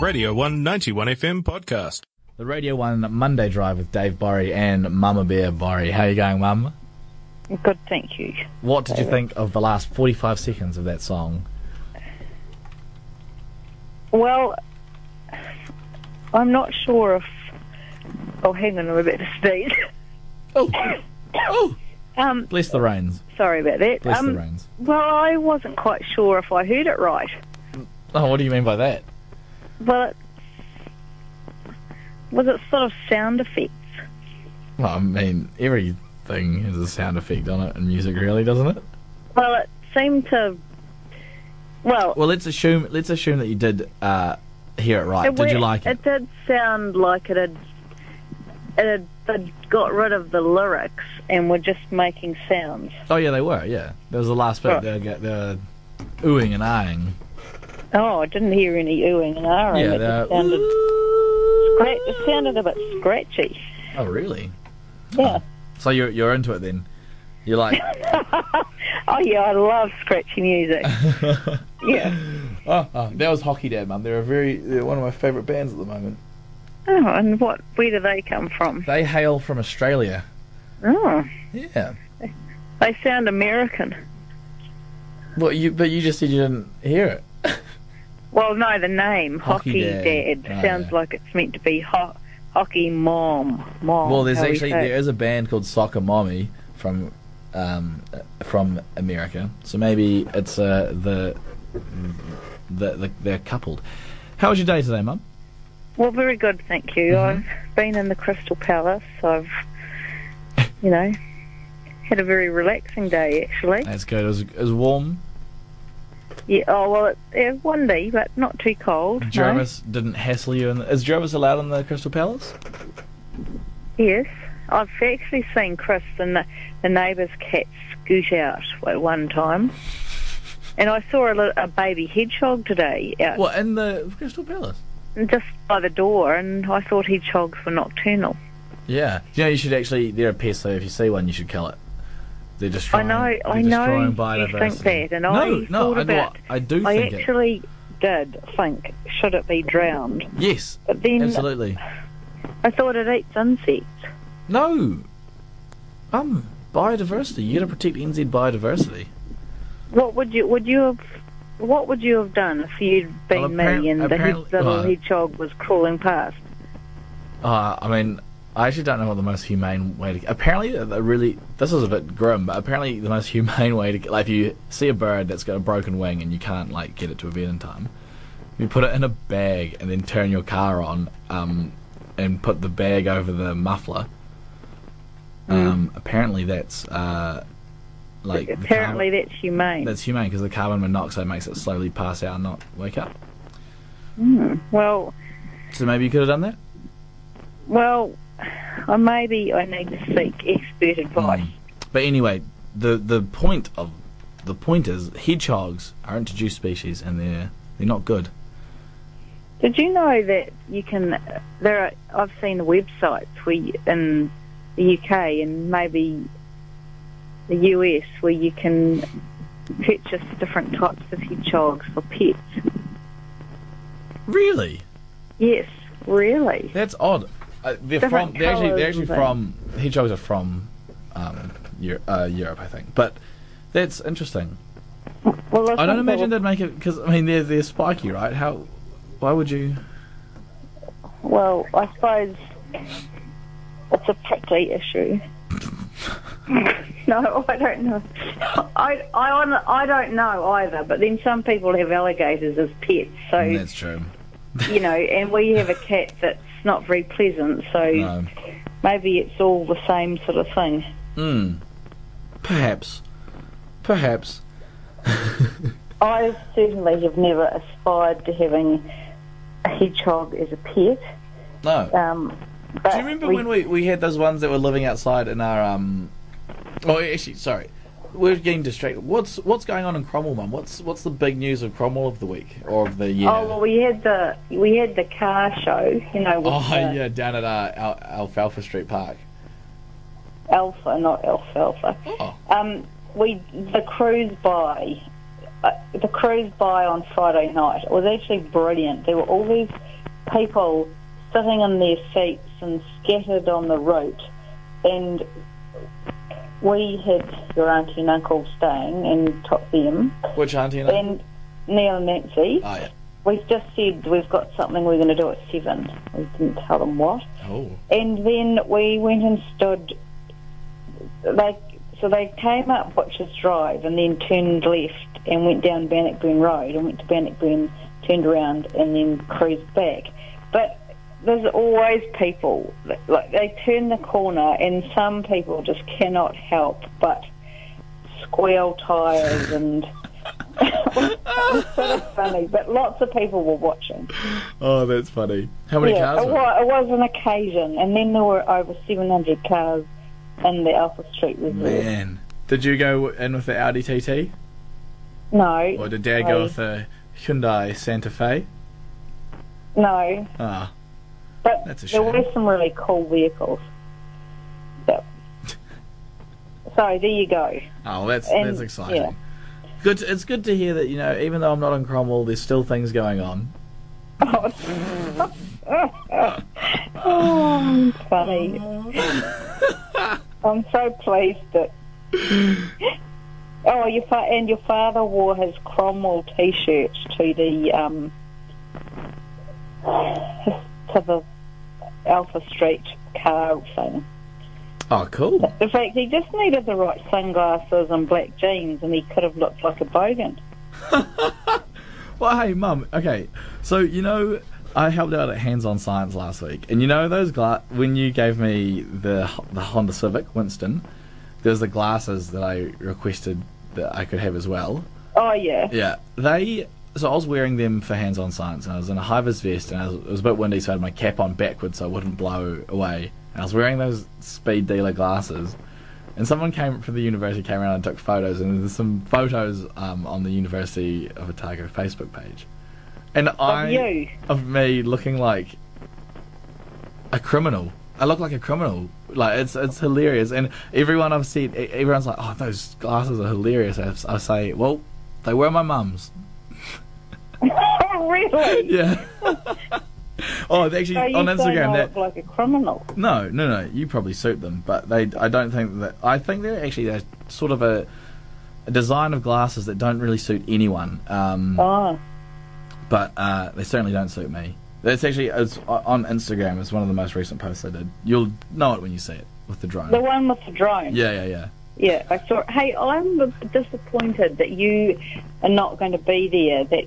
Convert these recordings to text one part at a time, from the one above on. Radio 191 FM podcast. The Radio 1 Monday Drive with Dave Borry and Mama Bear Borry. How you going, Mum? Good, thank you. What did you think of the last 45 seconds of that song? Well, I'm not sure if. Oh, hang on, I'm about to sneeze. Oh, oh. Um, Bless the rains. sorry about that. Bless Um, the rains. well, I wasn't quite sure if I heard it right. Oh, what do you mean by that? Well, it, was it sort of sound effects? Well, I mean, everything has a sound effect on it in music, really, doesn't it? Well, it seemed to. Well, Well, let's assume let's assume that you did uh, hear it right. it did you wa- like it? It did sound like it had. It had they'd got rid of the lyrics and were just making sounds. Oh, yeah, they were, yeah. That was the last bit. Right. They, were, they were oohing and eyeing. Oh, I didn't hear any oohing and ahhing. Yeah, it they're... just sounded scratch. It sounded a bit scratchy. Oh, really? Oh. Yeah. So you're, you're into it then? You're like, Oh yeah, I love scratchy music. yeah. oh, oh, that was Hockey Dad, Mum. They're a very they're one of my favourite bands at the moment. Oh, and what? Where do they come from? They hail from Australia. Oh, Yeah. they sound American. Well, you but you just said you didn't hear it. Well, no, the name Hockey Hockey, Dad. Dad, Oh, sounds yeah. like it's meant to be ho- Hockey Mom. Mom. well, there's Oh, how we actually say it. there is a band called Soccer Mommy from um, uh, from America. So maybe it's uh, the, the the they're coupled. How was your day today, Mum? Well, very good, thank you. Mm-hmm. I've been in the Crystal Palace. I've, you know, had a very relaxing day actually. That's good. It was, it was warm. Yeah. Oh well, it's yeah, windy, but not too cold. No. Jervis didn't hassle you. In the, is Jervis allowed in the Crystal Palace? Yes, I've actually seen Chris and the, the neighbour's cat scoot out at one time, and I saw a, lit- a baby hedgehog today out Well, in the Crystal Palace. just by the door, and I thought hedgehogs were nocturnal. Yeah. You know, you should actually. They're a pest, so if you see one, you should kill it. They're destroying. I know, they're I know destroying you think biodiversity. that, and no, I no, thought I do. about. I do I think it. actually did think should it be drowned, Yes, but then absolutely. I thought it eats insects. No. Um, biodiversity. You got to protect NZ biodiversity. What would you would you have? What would you have done if you'd been Well, apparent- me and the apparently- hedge, little well- hedgehog was crawling past? Uh, I mean, I actually don't know what the most humane way to. Apparently, a really this is a bit grim, but apparently the most humane way to like if you see a bird that's got a broken wing and you can't like get it to a vet in time, you put it in a bag and then turn your car on, um, and put the bag over the muffler. Um, apparently that's uh, like the car- Apparently, that's humane. that's humane because the carbon monoxide makes it slowly pass out and not wake up. well, So maybe you could have done that. well, I maybe I need to seek expert advice. But anyway, the the point of the point is hedgehogs are introduced species and they're they're not good. Did you know that you can? There, are, I've seen websites where you, in the UK and maybe the US where you can purchase different types of hedgehogs for pets. Really, Yes, really. that's odd. Uh, they're Different from they're actually they're colours actually and things. from hedgehogs are from um, Europe, uh, Europe, I think. But that's interesting. Well, I don't think imagine they they'd make it because I mean they're they're spiky, right? How why would you? were- Well, I suppose it's a prickly issue. no, I don't know. I I hon- I don't know either. But then some people have alligators as pets, so. That's true. Mm. you know, and we have a cat that's not very pleasant, so No. maybe it's all the same sort of thing. Mm. Perhaps, perhaps. I certainly have never aspired to having a hedgehog as a pet. No. Um, but Do you remember when we, we had those ones that were living outside in our um? Oh, actually, sorry, we're getting distracted. What's what's going on in Cromwell, Mum? What's what's the big news of Cromwell of the week or of the year? Oh well, we had the we had the car show, you know, with Oh, the yeah, down at our, our Alfalfa Street Park. Alpha, not Alfalfa. Oh. Um, we the cruise by uh, the cruise by on Friday night was actually brilliant. There were all these people sitting in their seats and scattered on the route, and we had your auntie and uncle staying and top them, Which auntie? And uncle? and Neil and Nancy. oh yeah. We've just said we've got something we're going to do at seven. We didn't tell them what. Oh. And then we went and stood. They so they came up Butcher's Drive and then turned left and went down Bannockburn Road and went to Bannockburn, turned around and then cruised back. But there's always people that- like they turn the corner and some people just cannot help but squeal tires and. it was sort of funny, but lots of people were watching. Oh, that's funny. How many Yeah, cars? were it there? was, it was an occasion, and then there were over 700 cars in the Alpha Street Reserve. Man, did you go in with the Audi TT, No, or did Dad I- go with the Hyundai Santa Fe? no, Ah, but That's a there shame. were some really cool vehicles. Yep. so there you go. oh, that's And- that's exciting. yeah. Good. to- it's good to hear that you know, even though I'm not on Cromwell, there's still things going on. Oh, funny. I'm so pleased that. Oh, your fa- and your father wore his Cromwell T-shirt to the um, to the Alpha Street car thing. Oh, cool. In fact, he just needed the right sunglasses and black jeans, and he could have looked like a bogan. Well, hey, Mum. Okay, so you know, I helped out at Hands On Science last week, and you know those gla- when you gave me the the Honda Civic Winston, there's the glasses that I requested that I could have as well. Oh yeah, Yeah, they. So I was wearing them for Hands On Science, and I was in a high vis vest, and I was, it was a bit windy, so I had my cap on backwards so I wouldn't blow away. And I was wearing those speed dealer glasses, and someone came from the university came around and took photos, and there's some photos um, on the University of Otago Facebook page, and I you? of me looking like a criminal. I look like a criminal. Like it's it's hilarious, and everyone I've seen, e- everyone's like, "Oh, those glasses are hilarious." I, I say, "Well, they were my mum's." oh really? Yeah. oh, they actually So you on don't Instagram know that look like a criminal. no, no, no. You probably suit them, but they. I don't think that. I think they're actually they're sort of a, a design of glasses that don't really suit anyone. Um, Oh, But uh, they certainly don't suit me. That's actually it's o- on Instagram. It's one of the most recent posts I did. You'll know it when you see it with the drone. the one with the drone. yeah, yeah, yeah. Yeah, I saw. Hey, I'm disappointed that you are not going to be there that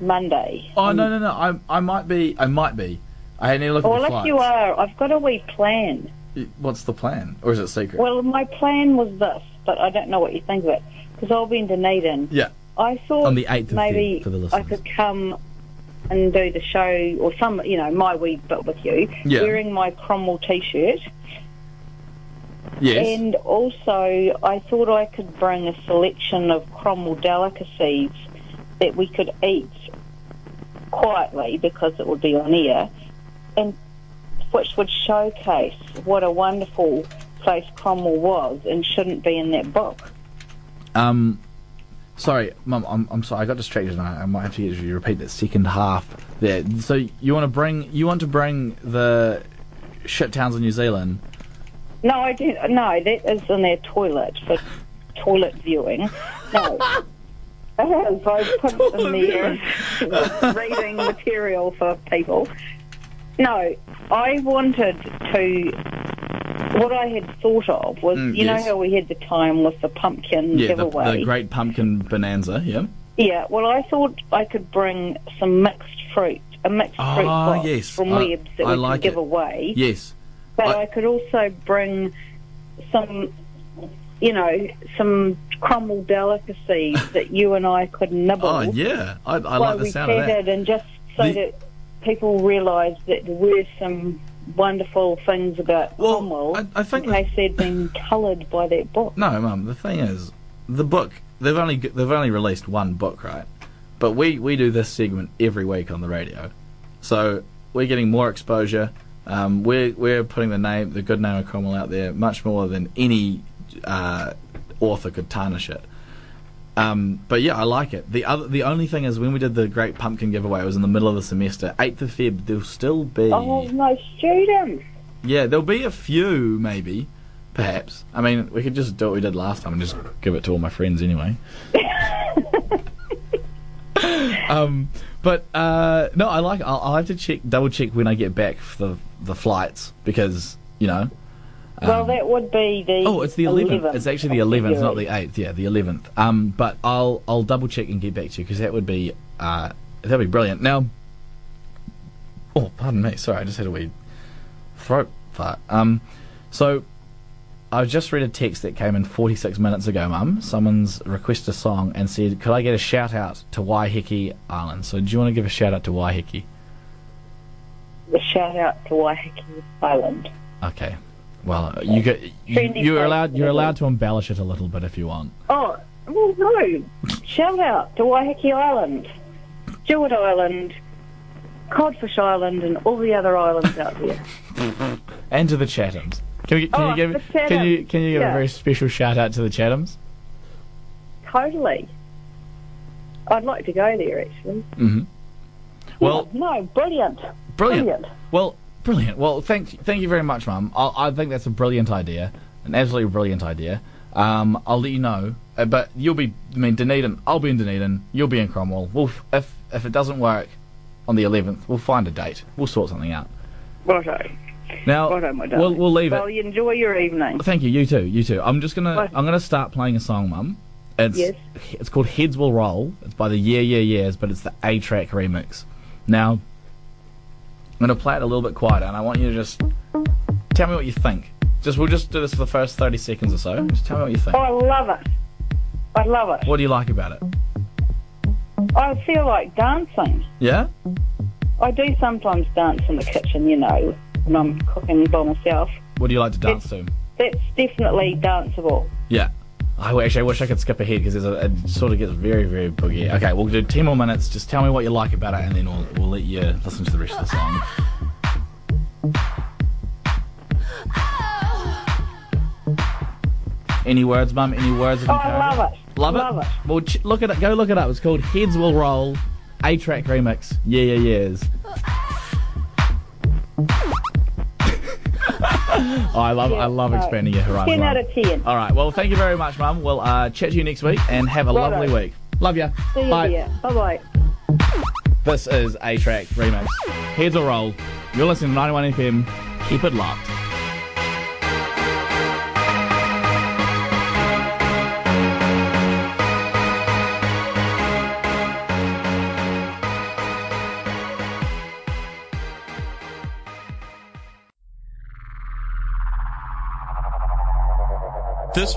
Monday. Oh no, no, no. I I might be. I might be. I need to look at Well, the if flights. you are, I've got a wee plan. What's the plan, or is it secret? Well, my plan was this, but I don't know what you think of it because I'll be in Dunedin. yeah. I thought On the 8th of maybe Feb, for the I listeners. could come and do the show or some, you know, my wee bit with you, Yeah. wearing my Cromwell T-shirt. Yes. And also, I thought I could bring a selection of Cromwell delicacies that we could eat quietly because it would be on air, and which would showcase what a wonderful place Cromwell was and shouldn't be in that book. Um, sorry, Mum. I'm, I'm sorry. I got distracted. And I, I might have to get you to repeat that second half there. So you want to bring you want to bring the shit towns of New Zealand? No, I don't. No, that is in their toilet for toilet viewing. No. It is. I put it in there reading material for people. No, I wanted to. What I had thought of was, Mm, you yes. know how we had the time with the pumpkin Yeah, the, giveaway. the Great Pumpkin Bonanza. Yeah. Yeah, well, I thought I could bring some mixed fruit, a mixed fruit Ah, box yes. from I- Webb's that I we like can give it. away. Yes. but I- I, could also bring some, you know, some crumble delicacies that you and I could nibble Oh yeah. I, I while like the we sound of that. chatted, and just so The- that people realise that there were some wonderful things about Well, Cromwell I- I think in that- case they'd been coloured by that book. No, Mum. The thing is, the book they've only g- they've only released one book, right? But we we do this segment every week on the radio, so we're getting more exposure. Um, we're we're putting the name the good name of Cromwell out there much more than any uh, author could tarnish it. Um, but yeah, I like it. The other, the only thing is when we did the Great Pumpkin giveaway, it was in the middle of the semester, eighth of Feb. There'll still be, Oh, no students. yeah, there'll be a few maybe, perhaps. I mean, we could just do what we did last time and just give it to all my friends anyway. um, but uh, no, I like. I'll, I'll have to check, double check when I get back for the the flights because you know. well, um, that would be the. Oh, it's the eleventh. It's actually the eleventh, not the eighth. Yeah, the eleventh. Um, but I'll I'll double check and get back to you because that would be uh that'd be brilliant. Now, oh, pardon me. Sorry, I just had a wee throat fart. Um, so I just read a text that came in forty six minutes ago, Mum. Someone's requested a song and said, "Could I get a shout out to Waiheke Island?" So do you want to give a shout out to Waiheke? the shout out to Waiheke Island. Okay. Well, you get you, Trendy you're place allowed you're to allowed to embellish it a little bit if you want. Oh, well, no. shout out to Waiheke Island, Stewart Island, Codfish Island, and all the other islands out there. and to the Chathams. Can, we, can Oh, you give the can you Chathams, can you give a yeah. very special shout out to the Chathams? Totally. I'd like to go there, actually. Well, No, brilliant. brilliant. brilliant. Well, brilliant. Well, thank thank you very much, Mum. I, I think that's a brilliant idea, an absolutely brilliant idea. Um, I'll let you know, uh, but you'll be. I mean, Dunedin. I'll be in Dunedin. You'll be in Cromwell. We'll f- if if it doesn't work on the 11th, we'll find a date. We'll sort something out. Righto. Now Righto, my darling. we'll we'll leave it. Well, you enjoy your evening. Thank you. You too. You too. I'm just gonna. Right. I'm gonna start playing a song, Mum. It's Yes. it's called Heads Will Roll. It's by the Yeah Yeah Yeahs, but it's the A track remix. Now, I'm gonna play it a little bit quieter, and I want you to just tell me what you think. Just we'll just do this for the first 30 seconds or so. Just tell me what you think. Oh, I love it. I love it. What do you like about it? I feel like dancing. Yeah. I do sometimes dance in the kitchen, you know, when I'm cooking by myself. What do you like to dance to? That's definitely danceable. Yeah. I w- actually I wish I could skip ahead because it sort of gets very very boogie. Okay, we'll do 10 more minutes. Just tell me what you like about it, and then we'll we'll let you listen to the rest of the song. Any words, Mum? Any words of Oh, I encouragement? love it. Love it. Love it. Well, ch- look at it. Go look it up. It's called Heads Will Roll, A Track Remix. Yeah, yeah, yeahs. oh, I love, I love expanding your horizon. 10 out of 10. All right. Well, thank you very much, Mum. We'll uh, chat to you next week and have a Righto. lovely week. Love ya. See you Bye. there. Bye-bye. This is A Track Remix. Heads will roll. You're listening to 91 FM. Keep it locked. This